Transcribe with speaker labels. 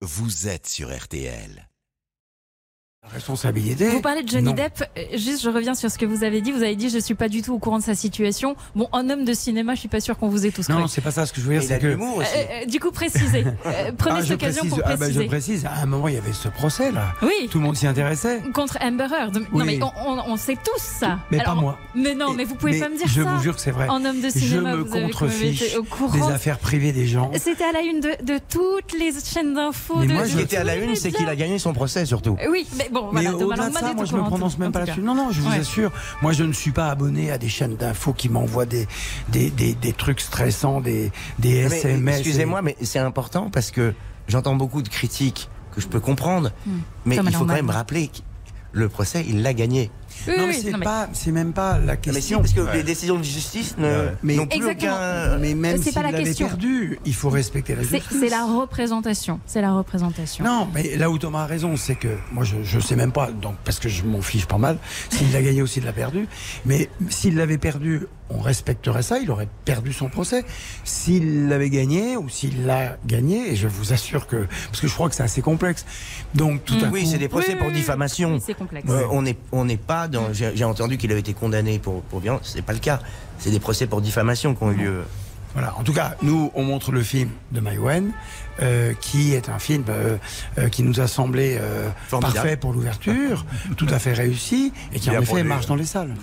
Speaker 1: Vous êtes sur RTL.
Speaker 2: Responsabilité
Speaker 3: Vous parlez de Johnny
Speaker 2: Non.
Speaker 3: Depp, euh, juste je reviens sur ce que vous avez dit. Vous avez dit je suis pas du tout au courant de sa situation. Bon, en homme de cinéma, je suis pas sûr qu'on vous ait tous cru.
Speaker 2: Non, c'est pas ça ce que je voulais
Speaker 4: Et
Speaker 2: dire,
Speaker 4: il a
Speaker 2: c'est
Speaker 4: de
Speaker 2: que.
Speaker 4: l'humour
Speaker 3: Euh,
Speaker 4: aussi.
Speaker 3: euh, du coup, précisez. Euh, prenez
Speaker 2: Ah, je
Speaker 3: cette occasion
Speaker 2: précise,
Speaker 3: pour
Speaker 2: ah, bah,
Speaker 3: préciser.
Speaker 2: je précise, à un moment il y avait ce procès là.
Speaker 3: oui,
Speaker 2: Tout le monde s'y intéressait.
Speaker 3: contre Amber Heard. Non
Speaker 2: Oui.
Speaker 3: mais on, on- on sait tous ça.
Speaker 2: Mais
Speaker 3: Alors,
Speaker 2: pas moi.
Speaker 3: Mais non,
Speaker 2: Et-
Speaker 3: mais vous pouvez pas me dire
Speaker 2: Je
Speaker 3: ça.
Speaker 2: vous jure que c'est vrai.
Speaker 3: En homme de
Speaker 2: Je
Speaker 3: cinéma,
Speaker 2: me
Speaker 3: vous avez quand même
Speaker 2: contrefiche
Speaker 3: été au
Speaker 2: Des
Speaker 3: courant.
Speaker 2: affaires privées des gens.
Speaker 3: C'était à la une de, de toutes les chaînes d'infos.
Speaker 2: Mais
Speaker 3: de-
Speaker 2: moi,
Speaker 3: de-
Speaker 4: Ce qui était à la
Speaker 3: Oui,
Speaker 4: une,
Speaker 3: mais
Speaker 4: c'est
Speaker 3: bien.
Speaker 4: qu'il a gagné son procès surtout.
Speaker 3: Euh, Oui, mais bon,
Speaker 2: Mais
Speaker 3: voilà. Thomas
Speaker 2: au-delà de
Speaker 3: Langman
Speaker 2: ça,
Speaker 3: est
Speaker 2: moi
Speaker 3: au
Speaker 2: je me
Speaker 3: courant,
Speaker 2: prononce
Speaker 3: en
Speaker 2: même
Speaker 3: tout
Speaker 2: pas
Speaker 3: cas.
Speaker 2: là-dessus. Non, non, je vous
Speaker 3: Ouais.
Speaker 2: assure. Moi je ne suis pas abonné à des chaînes d'infos qui m'envoient des, des, des, des trucs stressants, des, des
Speaker 4: Mais,
Speaker 2: SMS.
Speaker 4: Excusez-moi, mais c'est important parce que j'entends beaucoup de critiques que je peux comprendre, mais
Speaker 3: Thomas
Speaker 4: il faut quand
Speaker 3: Norman.
Speaker 4: même rappeler que le procès, il l'a gagné.
Speaker 3: Oui,
Speaker 2: Non, mais
Speaker 3: oui,
Speaker 2: c'est
Speaker 3: non, mais-
Speaker 2: pas, c'est même pas la
Speaker 4: Mais si,
Speaker 2: question.
Speaker 4: parce que les décisions de justice ne,
Speaker 2: Mais-
Speaker 4: n'ont plus
Speaker 3: Exactement.
Speaker 4: aucun.
Speaker 2: Mais même
Speaker 3: C'est
Speaker 2: s'il
Speaker 3: pas la
Speaker 2: l'avait
Speaker 3: question.
Speaker 2: perdu, il faut respecter la
Speaker 3: C'est
Speaker 2: justice.
Speaker 3: c'est la représentation. C'est la représentation.
Speaker 2: Non, mais là où Thomas a raison, c'est que moi je, je sais même pas, donc parce que je m'en fiche pas mal, s'il l'a gagné ou s'il l'a perdu. Mais s'il l'avait perdu, on respecterait ça, il aurait perdu son procès. S'il l'avait gagné ou s'il l'a gagné, et je vous assure que. Parce que je crois que c'est assez complexe. Donc tout à
Speaker 4: Mm, Oui,
Speaker 2: coup.
Speaker 4: c'est des procès
Speaker 3: Oui,
Speaker 4: pour
Speaker 3: oui, oui.
Speaker 4: diffamation.
Speaker 3: Oui, C'est complexe.
Speaker 4: Euh, on n'est on n'est pas dans. J'ai j'ai entendu qu'il avait été condamné pour, pour violence. C'est pas le cas. C'est des procès pour diffamation qui ont eu lieu.
Speaker 2: Voilà, en tout cas, nous, on montre le film de Maïwen, euh, qui est un film euh, euh, qui nous a semblé euh,
Speaker 4: Formidable.
Speaker 2: parfait pour l'ouverture, tout à fait réussi, et qui
Speaker 1: Bien
Speaker 2: en
Speaker 1: pour
Speaker 2: effet
Speaker 1: lui,
Speaker 2: marche
Speaker 1: hein.
Speaker 2: dans les salles.